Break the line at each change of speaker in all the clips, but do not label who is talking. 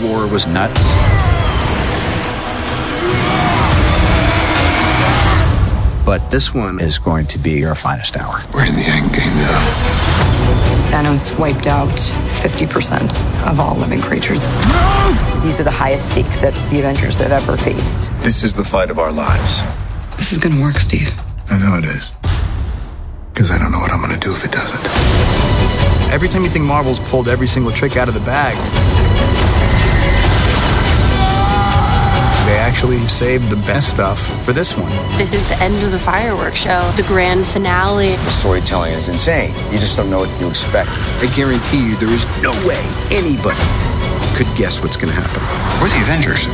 door was nuts. But this one is going to be your finest hour.
We're in the end game now.
Venom's wiped out 50% of all living creatures.
These are the highest stakes that the Avengers have ever faced.
This is the fight of our lives.
This is gonna work, Steve.
I know it is. Because I don't know what I'm going to do if it doesn't.
Every time you think Marvel's pulled every single trick out of the bag, they actually saved the best stuff for this one.
This is the end of the fireworks show, the grand finale.
Storytelling is insane. You just don't know what you expect. I guarantee you, there is no way anybody could guess what's going to happen.
We're the Avengers.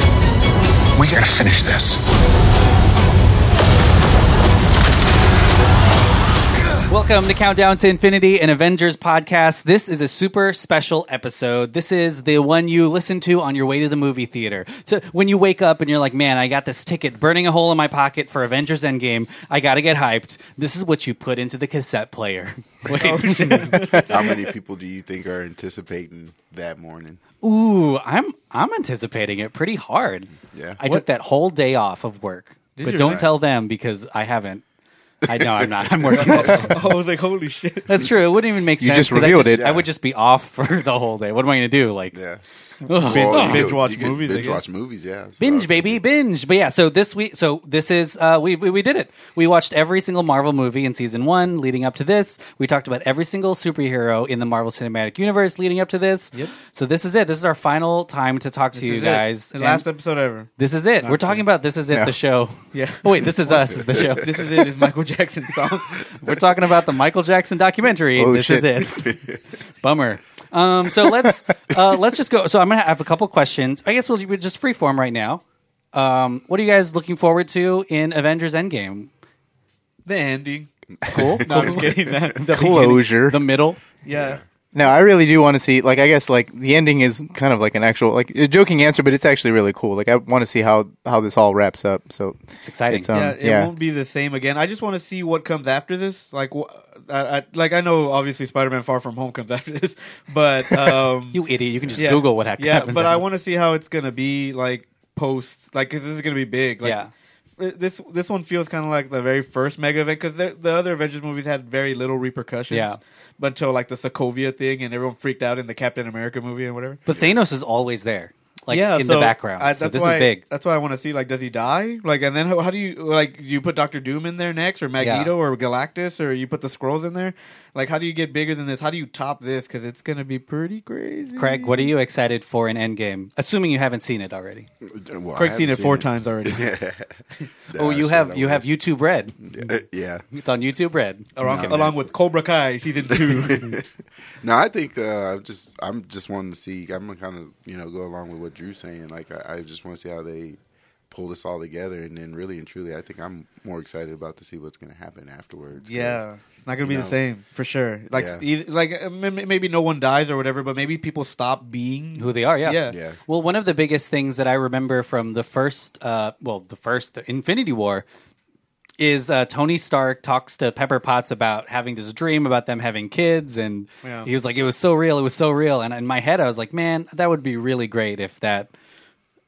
We got to finish this.
Welcome to Countdown to Infinity and Avengers podcast. This is a super special episode. This is the one you listen to on your way to the movie theater. So when you wake up and you're like, man, I got this ticket burning a hole in my pocket for Avengers Endgame. I got to get hyped. This is what you put into the cassette player.
Oh,
Wait.
How many people do you think are anticipating that morning?
Ooh, I'm, I'm anticipating it pretty hard.
Yeah.
I took that whole day off of work, but
you?
don't
Nice.
tell them because I haven't. I know I'm not. I'm working. all day.
I was like, holy shit.
That's true. It wouldn't even make sense.
You just
'cause I
revealed it.
I would just be off for the whole day. What am I going to do? Like,
Yeah.
ugh.
Well,
binge
could-
watch
could
movies, I
Binge
guess.
watch movies, yeah. So I was
binge
thinking,
baby binge but yeah so this week so this is uh we, we we did it we watched every single marvel movie in season one leading up to this we talked about every single superhero in the marvel cinematic universe leading up to this yep. so this is it this is our final time to talk to you
This is it.
guys
The
And
last episode ever.
this is it we're talking about this is it the show
Yeah.
oh, wait this is us is the show
This is it. Is Michael Jackson's song.
we're talking about the michael jackson documentary and
Oh,
this
shit.
is it bummer um so let's uh let's just go so i'm gonna have a couple questions i guess we'll, we're just freeform right now um what are you guys looking forward to in avengers endgame
the ending.
cool
No, I'm just kidding. That. the
Closure.
the middle
Yeah.
No, I really do want to see. Like, I guess like the ending is kind of like an actual like a joking answer, but it's actually really cool. Like, I want to see how how this all wraps up. So it's
exciting.
um,
yeah,
yeah,
it won't be the same again. I just want to see what comes after this. Like, wh- I, I, like I know obviously Spider-Man: Far From Home comes after this, but um,
you idiot you can just
yeah.
google what hap-
Yeah,
happens
but I
after.
want to see how it's gonna be like post, like because this is gonna be big. Like,
Yeah.
f- This this one feels kind of like the very first mega event because the, the other Avengers movies had very little repercussions.
Yeah.
But until like the Sokovia thing and everyone freaked out in the Captain America movie and whatever.
but thanos is always there like in
so
the background
I-
so uh, this
why,
is big
That's why I want to see. Like, does he die? Like, and then how, how do you like? Do you put Doctor Doom in there next, or Magneto, or Galactus, or you put the Scrolls in there? Like, how do you get bigger than this? How do you top this? Because it's gonna be pretty crazy.
craig what are you excited for in endgame assuming you haven't seen it already
Well, I
Craig's seen
haven't
it four times already.
Yeah,
oh
I
you
said I
have you have
was.
youtube red
Yeah.
it's on youtube red
along,
No.
along with Cobra Kai season two.
No, I think uh, I'm just I'm just wanting to see. I'm gonna kind of you know go along with what Drew's saying. Like I, I just want to see how they pull this all together, and then really and truly, I think I'm more excited about to see what's gonna happen afterwards. 'cause-
yeah. It's not gonna be
You
the
know.
same for sure. Like,
Yeah.
either, like uh, m- m- maybe no one dies or whatever, but maybe people stop being
who they are. Yeah.
Yeah.
Yeah.
Well, one of the biggest things that I remember from the first, uh, well, the first the Infinity War is uh, Tony Stark talks to Pepper Potts about having this dream about them having kids, and
Yeah.
he was like, "It was so real, it was so real." And in my head, I was like, "Man, that would be really great if that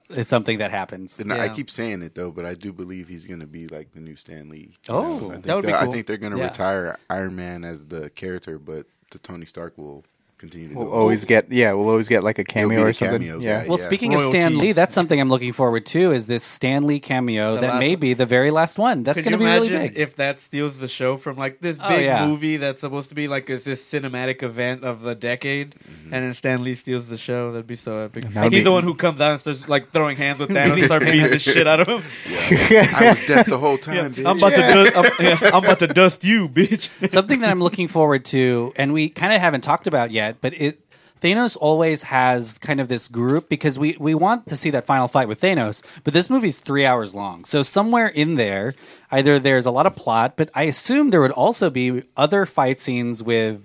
is something that happens."
And I
Yeah.
keep saying it though, but I do believe he's going to be like the new Stan Lee. You
Oh,
know, I
that
think
would be
I
cool.
think they're going to
Yeah.
retire Iron Man as the character, but the Tony Stark will continue to.
We'll oh,
do it.
always get yeah. We'll always get like a
be
cameo
the
or something.
cameo
yeah.
guy.
Well,
Yeah.
speaking of Stan
Royalties.
Lee, that's something I'm looking forward to is this Stan Lee cameo that
last
may
one.
be the very last one. That's
Could
going to
you
be really
imagine
big.
if that steals the show from like this big
Oh, yeah.
movie that's supposed to be like is this cinematic event of the decade,
Mm-hmm.
and then Stan Lee steals the show? That'd be so epic.
that would
He's
be-
the one who comes out and starts like throwing hands with Thanos and start beating the shit out of him.
I was deaf the whole time, bitch.
I'm about to, dust, I'm, yeah, I'm about to dust you, bitch.
something that I'm looking forward to, and we kind of haven't talked about yet, but it Thanos always has kind of this group because we we want to see that final fight with Thanos, but this movie's three hours long, so somewhere in there, either there's a lot of plot, but I assume there would also be other fight scenes with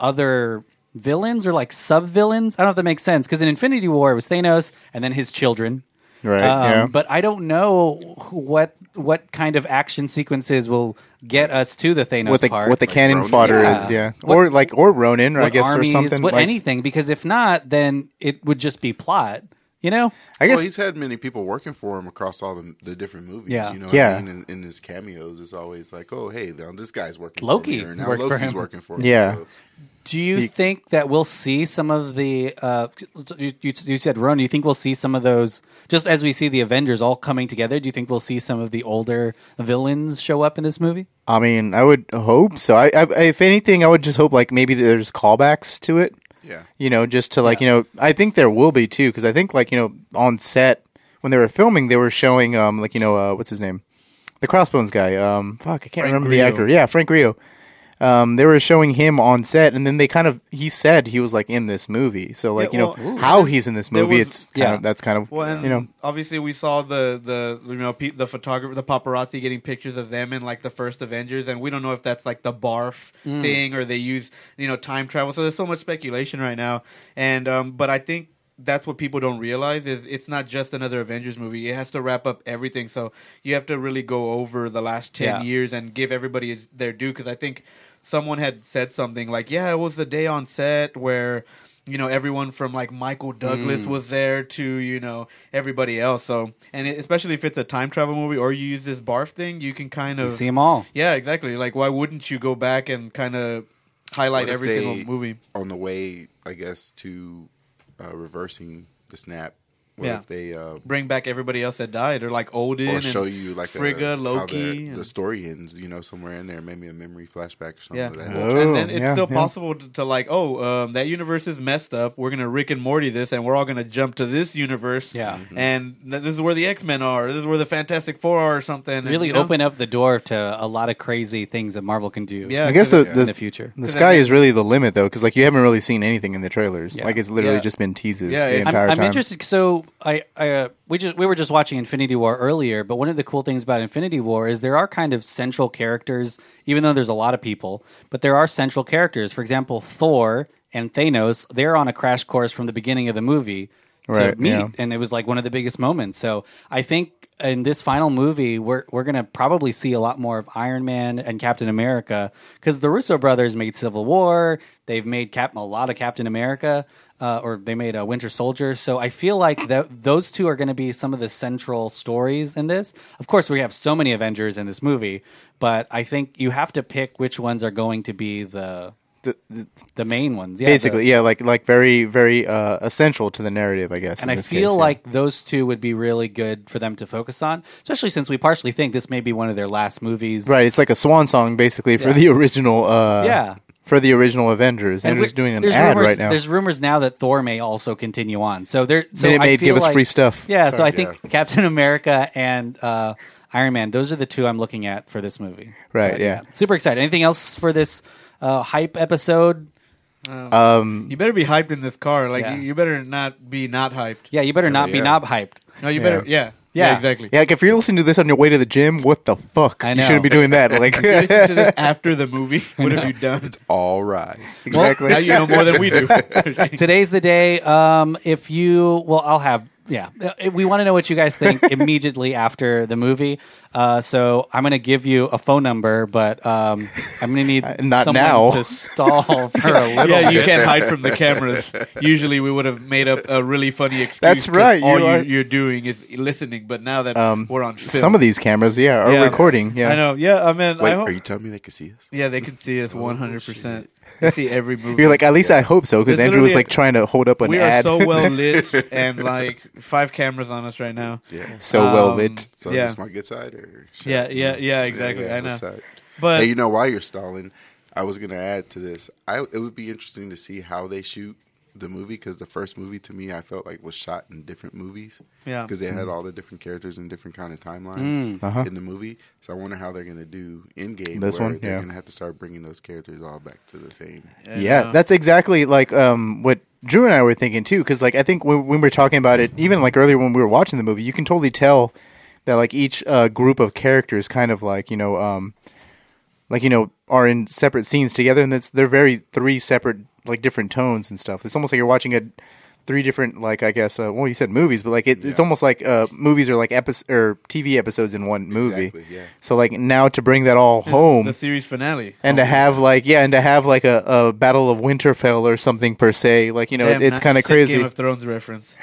other villains or like sub villains. I don't know if that makes sense because in Infinity War it was Thanos and then his children.
Right.
Um,
yeah.
But I don't know who- what what kind of action sequences will get us to the Thanos
what the
part.
what the cannon
Ronin.
fodder
Yeah.
is. Yeah.
What-
or like or Ronin, or I
what
guess,
armies,
or something.
what
like,
anything. Because if not, then it would just be plot. You know,
I guess
well, Oh, he's had many people working for him across all the, the different movies.
Yeah.
you know,
Yeah.
I mean, in, in his cameos, it's always like, oh, hey, now this guy's working.
Loki
for me, or now
worked for
Loki's
him.
working for me.
Yeah.
So,
do you think that we'll see some of the? Uh, you, you, you said Ron. Do you think we'll see some of those? Just as we see the Avengers all coming together, do you think we'll see some of the older villains show up in this movie?
I mean, I would hope so. I, I, if anything, I would just hope like maybe there's callbacks to it.
Yeah.
You know, just to like you know, I think there will be too because I think like you know on set when they were filming, they were showing um like you know uh, what's his name, the Crossbones guy. Um, fuck, I can't remember the
Grillo.
actor. Yeah, Frank Rio. Um, they were showing him on set, and then they kind of he said he was like in this movie. So like
Yeah,
you know
well,
how he's in this
there
movie,
was-
it's kind
yeah.
of that's kind of
Well, and
you know
obviously we saw the the you know pe- the photographer, the paparazzi getting pictures of them in like the first Avengers, and we don't know if that's like the barf
Mm.
thing or they use you know time travel. So there's so much speculation right now, and um, but I think. That's what people don't realize is it's not just another Avengers movie. It has to wrap up everything, so you have to really go over the last ten
Yeah.
years and give everybody his- their due. Because I think someone had said something like, "Yeah, it was the day on set where you know everyone from like Michael Douglas
Mm.
was there to you know everybody else." So, and it, especially if it's a time travel movie or you use this barf thing, you can kind of
We see them all.
Yeah, exactly. Like, why wouldn't you go back and kind of highlight
what if
every
they-
single movie?
on the way, I guess, to uh, reversing the snap. What
Yeah.
if they uh,
Bring back everybody else that died, or like Odin,
or
and
show you like
Frigga,
a, how
Loki,
the,
and-
the story ends, you know, somewhere in there, maybe a memory flashback or something.
Yeah,
Like that.
Oh,
and then it's
yeah,
still
yeah.
possible to, to like, oh, um, that universe is messed up. We're gonna Rick and Morty this, and we're all gonna jump to this universe.
Yeah.
and th- this is where the X Men are. This is where the Fantastic Four are, or something. and,
Really
you know?
open up the door to a lot of crazy things that Marvel can do.
Yeah,
I guess the,
in
the,
the future.
the
Cause I
sky
think-
is really the limit though because like you haven't really seen anything in the trailers.
Yeah.
Like it's literally
Yeah.
just been teases
Yeah,
the
it's-
entire
I'm, I'm
time.
interested. So I, I uh, we just we were just watching Infinity War earlier, but one of the cool things about Infinity War is there are kind of central characters, even though there's a lot of people, but there are central characters. For example, Thor and Thanos, they're on a crash course from the beginning of the movie
Right,
to meet,
yeah.
and it was like one of the biggest moments. So I think in this final movie, we're we're gonna probably see a lot more of Iron Man and Captain America because the Russo brothers made Civil War. They've made Cap- a lot of Captain America, uh, or they made a Winter Soldier. So I feel like th- those two are going to be some of the central stories in this. Of course, we have so many Avengers in this movie, but I think you have to pick which ones are going to be the
The- the-
the main ones. Yeah, the-
basically yeah like like very very uh essential to the narrative i guess
and
in
I
this
feel
case, yeah.
like those two would be really good for them to focus on, especially since we partially think this may be one of their last movies.
right it's like a swan song basically for the original uh
Yeah.
for the original avengers and,
And
they're
we-
just doing an
there's
ad
rumors,
right now
There's rumors now that Thor may also continue on. So there, so
it may
I feel
give us
like-
free stuff.
Yeah, so
Sorry.
I think Captain America and uh, Iron Man. Those are the two I'm looking at for this movie.
Right,
But,
yeah.
Super excited. Anything else for this uh, hype episode?
You better be hyped in this car. Like
Yeah.
you, you better not be not hyped.
Yeah, you better not be
yeah.
knob hyped.
No, you better. Yeah, yeah,
Yeah.
exactly.
yeah like if you're listening to this on your way to the gym what the fuck
I
you shouldn't
know.
be doing that like
You listen to this after the movie. What have you done?
All rise.
exactly
Now you know more than we do.
Today's the day. Um, if you, well, I'll have. Yeah, Uh, we want to know what you guys think immediately after the movie. Uh, so I'm going to give you a phone number, but um, I'm going to need
Uh, Not
someone
now.
to stall for a little.
yeah, you can't hide from the cameras. Usually, we would have made up a really funny excuse.
That's
'cause
right,
All
you
you
are-
you're doing is listening. But now that we're on film,
um, some of these cameras yeah are
Yeah.
recording yeah
I know. Yeah, I mean,
Wait,
I hope.
are you telling me they can see us?
yeah, they can see us one hundred percent. They see every movie.
Oh, you're like at least i hope so because
There's
andrew was
literally
like
a-
trying to hold up an
we are
ad
so well lit, and like five cameras on us right now.
Yeah.
so well
Um,
lit
So
yeah.
just my good side or shit?
Yeah, yeah, yeah, exactly. I
good
know.
side.
But
hey, you know why you're stalling? I was gonna add to this. I it would be interesting to see how they shoot the movie because the first movie to me I felt like was shot in different movies.
Yeah.
because they had all the different characters and different kind of timelines
Mm. Uh-huh.
in the movie. So I wonder how they're gonna do in game.
This one?
they're
Yeah.
gonna have to start bringing those characters all back to the same. uh,
Yeah, that's exactly like um, what Drew and I were thinking too. Because like I think when, when we were talking about it, even like earlier when we were watching the movie, you can totally tell that like each uh, group of characters kind of like you know, um, like you know, are in separate scenes together, and that's they're very three separate like different tones and stuff. It's almost like you're watching a three different like I guess uh, well you said movies, but like it, it's almost like uh, movies are like episodes or TV episodes in one movie.
Exactly, yeah.
So like now to bring that all home.
the series finale.
and to have like yeah, and to have like a, a battle of Winterfell or something per se, like you know,
Damn,
it- it's
that's
kind of
sick
crazy.
Game of Thrones reference.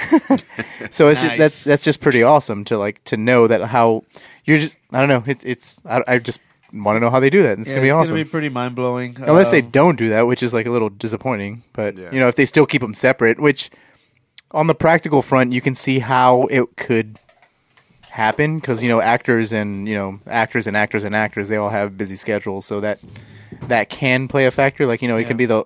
So it's just,
Nice.
that's that's just pretty awesome to like to know that how you're just I don't know it's it's I, I just want to know how they do that. And it's
Yeah,
gonna be
it's
awesome.
gonna be pretty Um, mind blowing.
Unless they
Um,
don't do that, which is like a little disappointing. But
Yeah.
you know, if they still keep them separate, which on the practical front, you can see how it could happen because you know actors and you know actors and actors and actors they all have busy schedules, so that that can play a factor. Like you know, it can be the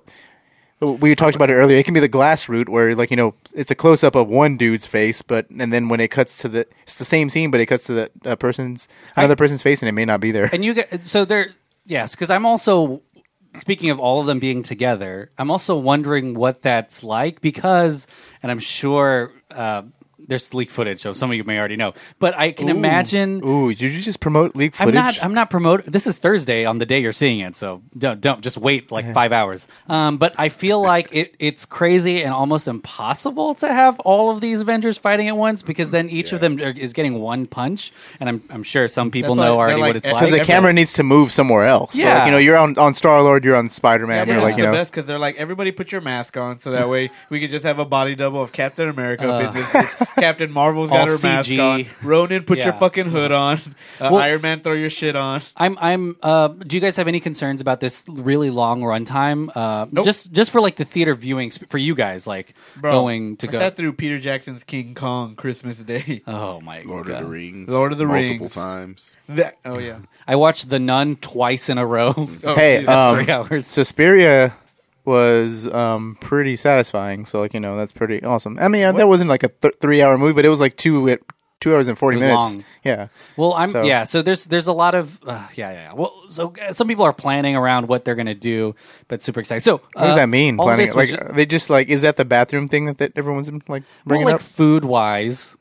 we talked about it earlier. It can be the glass route where like you know it's a close up of one dude's face, but and then when it cuts to the it's the same scene, but it cuts to the uh, person's another person's face, and it may not be there.
And you get so there, yes, because I'm also speaking of all of them being together. I'm also wondering what that's like because, and I'm sure uh, there's leak footage, so some of you may already know, but I can imagine.
Ooh, did you just promote leak footage?
I'm not. I'm not promoting. This is Thursday on the day you're seeing it, so don't don't just wait like five hours. Um, but I feel like it, it's crazy and almost impossible to have all of these Avengers fighting at once because then each of them are, is getting one punch, and I'm I'm sure some people
That's
know
why they're
already
like-
what it's
because
like.
because
every-
the camera needs to move somewhere else. Yeah, so,
Yeah.
like, you know, you're on on Star Lord, you're on Spider Man,
Yeah,
or like you
the
know,
best because they're like everybody put your mask on so that way we could just have a body double of Captain America. up in this bitch. Captain Marvel's
Uh. All
got her mask
CG.
on. Ronan, put your
Yeah.
fucking hood on. Uh,
Well-
Iron Man, throw your shit on.
I'm I'm uh do you guys have any concerns about this really long runtime? Uh just just for like the theater viewing sp- for you guys like
Bro,
going to
I
go.
sat through Peter Jackson's King Kong Christmas Day.
oh my
Lord
god.
of the Rings.
Lord of the
multiple
Rings.
times.
That- oh yeah.
I watched The Nun twice in a row.
Oh,
hey,
Jesus.
um,
three hours.
Suspiria was um pretty satisfying. So like you know, that's pretty awesome. I mean, uh, that wasn't like a th- three hour movie, but it was like two uh, two hours and forty
It was
minutes.
long.
Yeah.
Well, I'm
So-
yeah. So there's there's a lot of uh, yeah, yeah yeah. Well, so uh, some people are planning around what they're gonna do, but super excited. So uh,
What does that mean? Planning it? like uh,
like,
are they just like is that the bathroom thing that, that everyone's been like bringing
like
up?
food wise.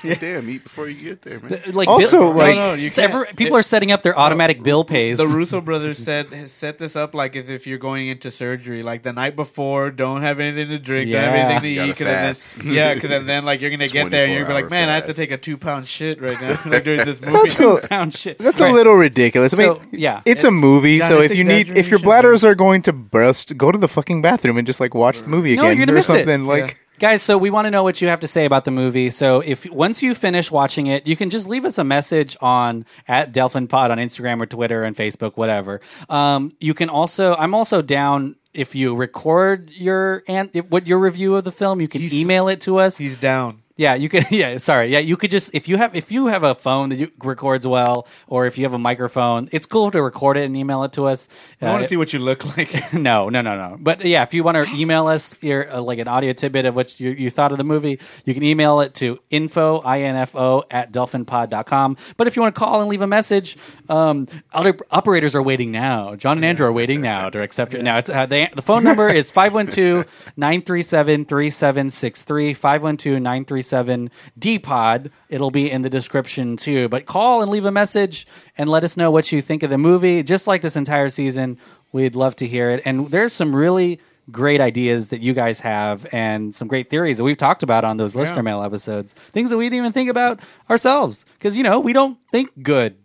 Damn, eat before you get there, man.
Like
Also,
bill-
like-
No, no, you
it's every-
can't.
people are setting up their automatic bill pays.
The Russo brothers said set this up like as if you're going into surgery, like the night before. Don't have anything to drink. Don't
Yeah.
have anything to
You gotta
eat. 'cause then-
fast.
yeah, because then, then like you're gonna get there and you're gonna
24-hour
be like, man, I have to
fast.
take a two pound shit right now like, during this movie.
That's a,
pound shit.
that's
Right.
a little ridiculous. I mean,
So, yeah.
it's a movie,
Yeah,
so
it's
if you need, if your
exaggeration.
bladders are going to burst, go to the fucking bathroom and just like watch the movie
No,
again
you're gonna
or
miss it.
something. Like,
Guys, so we want to know what you have to say about the movie. So if once you finish watching it, you can just leave us a message on at Delphin Pod on Instagram or Twitter and Facebook, whatever. Um, you can also, I'm also down if you record your and what your review of the film. You can
He's-
email it to us.
He's down.
Yeah, you could. Yeah, sorry. Yeah, you could just if you have if you have a phone that you, records well, or if you have a microphone, it's cool to record it and email it to us.
I want
Uh,
to see what you look like.
no, no, no, no. But yeah, if you want to email us your uh, like an audio tidbit of what you, you thought of the movie, you can email it to info info at dolphinpod.com. But if you want to call and leave a message, um, other operators are waiting now. John and Andrew are waiting now to accept it. Now it's uh, the the phone number is 512-937-3763, 512-937-DPOD. It'll be in the description too. But call and leave a message and let us know what you think of the movie. Just like this entire season, We'd love to hear it. And there's some really great ideas that you guys have and some great theories that we've talked about on those listener mail episodes. Things that we didn't even think about ourselves. Because, you know, we don't think good.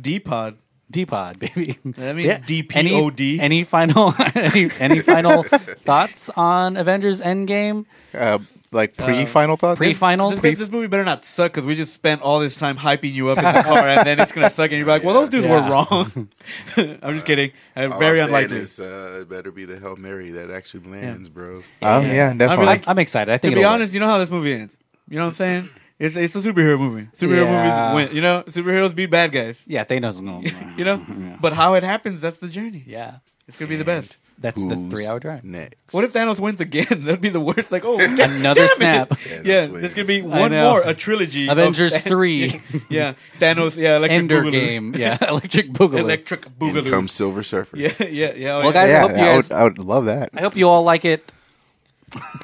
D pod.
D-pod, baby.
I mean,
Any,
DPOD.
any final any, any final thoughts on Avengers Endgame?
uh, like pre-final thoughts.
Pre-final?
This, this movie better not suck because we just spent all this time hyping you up in the car, and then it's gonna suck, and you're like, "Well, those dudes
Yeah.
were wrong." I'm just kidding. Uh,
All
very
I'm saying
unlikely.
is, uh, it better be the Hail Mary that actually lands, bro.
Oh yeah,
I
definitely.
mean,
I'm,
like-
I'm excited. I think
to be
it'll work.
honest, you know how this movie ends. You know what I'm saying? It's it's a superhero movie. Superhero
Yeah.
movies win. You know, superheroes beat bad guys.
Yeah, Thanos. will-
You know, but how it happens, that's the journey.
Yeah.
It's gonna be the best.
That's the
Who's
three-hour drive.
Next.
What if Thanos wins again? That'd be the worst. Like, oh, damn
Another
it.
snap.
Yeah,
wins.
there's gonna be
I
one
know.
more, a trilogy. of
Avengers
Thanos.
3.
Yeah, Thanos. Yeah, electric
Ender
Boogaloo.
game. Yeah, Electric Boogaloo.
Electric
In
Boogaloo.
comes Silver Surfer?
Yeah, yeah, yeah. oh,
Well,
yeah.
guys, I
yeah,
hope you
I
guys
would, I would love that.
I hope you all like it.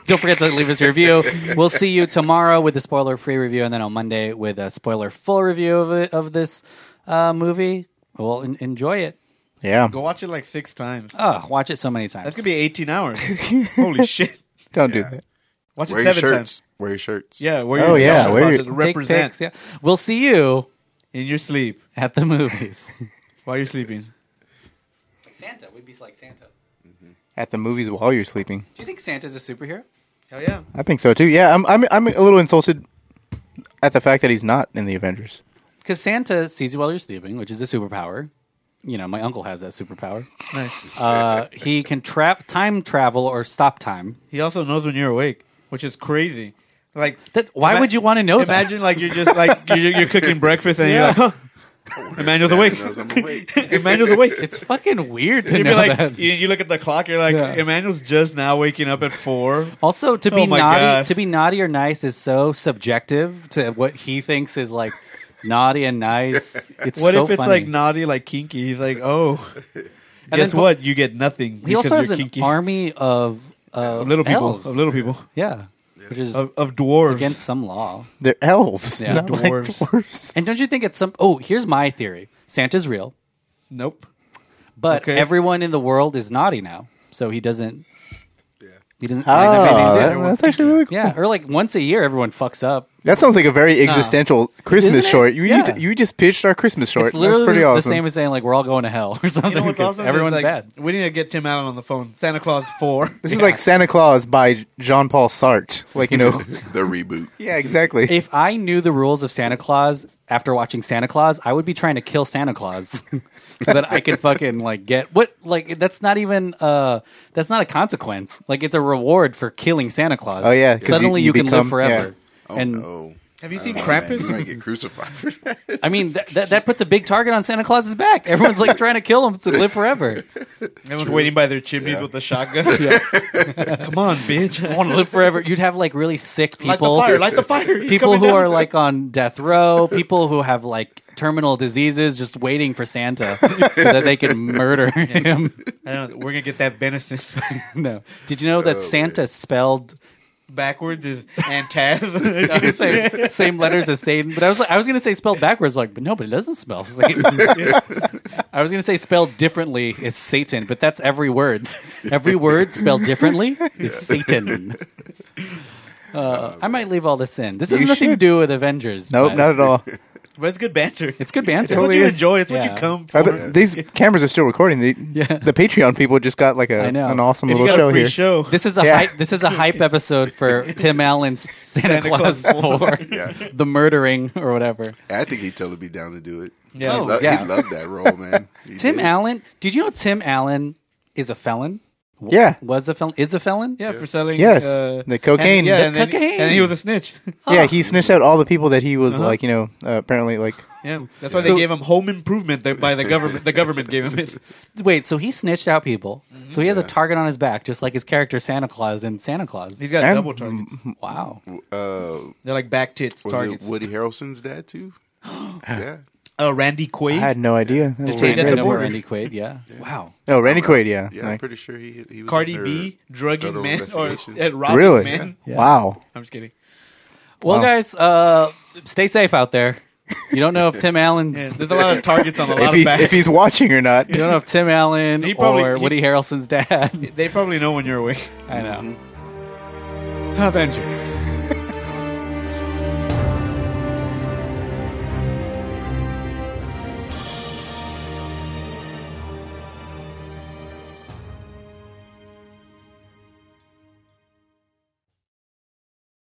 Don't forget to leave us a review. We'll see you tomorrow with a spoiler free review, and then on Monday with a spoiler full review of it, of this uh, movie. Well, en- enjoy it.
Yeah.
go watch it like six times.
Oh, watch it so many times.
That's gonna be 18 hours. Holy shit.
Don't do that.
Watch it
Wear your
seven
shirts.
times.
Wear your shirts.
Yeah, where
Oh, yeah, where
where
you-
you
Take
represent
pics, yeah. We'll see you
in your sleep
at the movies.
while you're sleeping.
like Santa, we'd be like Santa.
At the movies while you're sleeping.
Do you think Santa's a superhero?
Hell yeah.
I think so too. Yeah, I'm I'm I'm a little insulted at the fact that he's not in the Avengers.
Because Santa sees you while you're sleeping, which is a superpower. You know, my uncle has that superpower.
Nice.
Uh, he can trap time travel or stop time.
He also knows when you're awake, which is crazy. Like
That, why
Ima-
would you want to know that?
Imagine like you're just like you're, you're cooking breakfast and
Yeah.
you're like, huh, Emmanuel's awake.
Knows I'm awake.
Emmanuel's awake.
It's fucking weird to
You'd
know
be like,
that.
you, you look at the clock. You're like,
Yeah.
Emmanuel's just now waking up at four.
Also, to be
Oh my
naughty,
God.
to be naughty or nice is so subjective to what he thinks is like naughty and nice. It's
What
so
if it's
funny.
like naughty, like kinky? He's like, oh, guess
then-
what? You get nothing.
he
because
also has
you're
an
kinky.
army of uh,
of little people,
elves.
of little Oh. people,
yeah, which is
of, of dwarves.
against some law.
They're elves,
Yeah.
not like
Dwarves.
dwarves.
And don't you think it's some? Oh, here's my theory: Santa's real,
nope.
but
Okay.
everyone in the world is naughty now, so he doesn't. He doesn't.
Oh,
he doesn't have anything to do.
that- that's actually really cool.
yeah, or like once a year, everyone fucks up.
That sounds like a very existential
Isn't
Christmas
it?
short. You,
Yeah.
you you just pitched our Christmas short.
It's literally
That's pretty
the
awesome.
same as saying like we're all going to hell or something.
You know what's
because
awesome? is,
Everyone's
like,
bad.
We need to get Tim Allen on the phone. Santa Claus four.
this is like Santa Claus by Jean Paul Sartre. Like you know,
the reboot.
yeah, exactly.
If I knew the rules of Santa Claus after watching Santa Claus, I would be trying to kill Santa Claus so that I could fucking like get what like that's not even uh that's not a consequence. Like it's a reward for killing Santa Claus.
Oh, yeah, 'cause you-
Suddenly you,
you
can live
become-
forever.
Oh
and
no.
Have you seen
Oh, man,
Krampus?
You might get crucified for that.
I mean that, that that puts a big target on Santa Claus's back. Everyone's like trying to kill him to live forever.
Everyone's waiting by their chimneys with the shotgun. Come on, bitch.
I want to live forever. You'd have like really sick
Light
people.
the fire. Light the fire. He's
people
coming
who
down.
are like on death row, people who have like terminal diseases, just waiting for Santa so that they can murder him.
I don't know, we're gonna get that venison
no, did you know that Santa spelled
backwards is
I was
Antaz.
saying, same letters as Satan? But I was like, I was gonna say spelled backwards, like, but no, but it doesn't spell Satan. I was gonna say spelled differently is Satan, but that's every word. Every word spelled differently is Satan. Uh, I might leave all this in. This has
You
nothing to
should.
do with Avengers.
Nope,
but
not at all.
but it's good banter. It's
It's good banter.
what
totally
you
is.
enjoy. It's what
Yeah.
you come for.
Are the- these cameras are still recording. The, the Patreon people just got like a,
I know.
an awesome
If you
little
got
show
a
here.
pre-show,
This is a
Yeah.
hype. This is a hype episode for Tim Allen's Santa,
Santa
Claus
Claus
Four,
Yeah.
the murdering or whatever.
I think he'd totally be down to do it.
Yeah.
he
Oh,
loved,
yeah.
he loved that role, man. He
Tim
did.
Allen. Did you know Tim Allen is a felon? W-
Yeah.
was a felon. Is a felon.
yeah, for selling
Yes,
uh,
the cocaine.
And, yeah,
The
and then,
cocaine.
and he was a snitch.
Yeah, he snitched out all the people that he was
Uh-huh.
like, you know, uh, apparently like.
yeah, that's why
So-
they gave him home improvement that- by the government. The government gave him it.
Wait. So he snitched out people.
Mm-hmm.
So he has a target on his back, just like his character Santa Claus in Santa Claus. Hmm,
He's got
And-
double targets.
Wow.
Uh,
They're like back tits
was
targets.
it Woody Harrelson's dad too? yeah.
uh, Randy Quaid.
I had no idea. That's
take
pretty
that
Randy,
great.
to work.
Randy Quaid. Yeah. Wow.
Oh, Randy Quaid, yeah.
Yeah, I'm
Like,
pretty sure he he was
Cardi
under
B drugging
federal
men or
investigation.
uh, robbing
really?
men.
Wow.
I'm just kidding.
Well,
Wow.
guys, uh, stay safe out there. You don't know if Tim Allen's.
Yeah, there's a lot of targets on a lot
If
of
he's,
backs.
if he's watching or not.
You don't know if Tim Allen
He probably-
or
he-
Woody Harrelson's dad.
they probably know when you're awake.
I know. Avengers.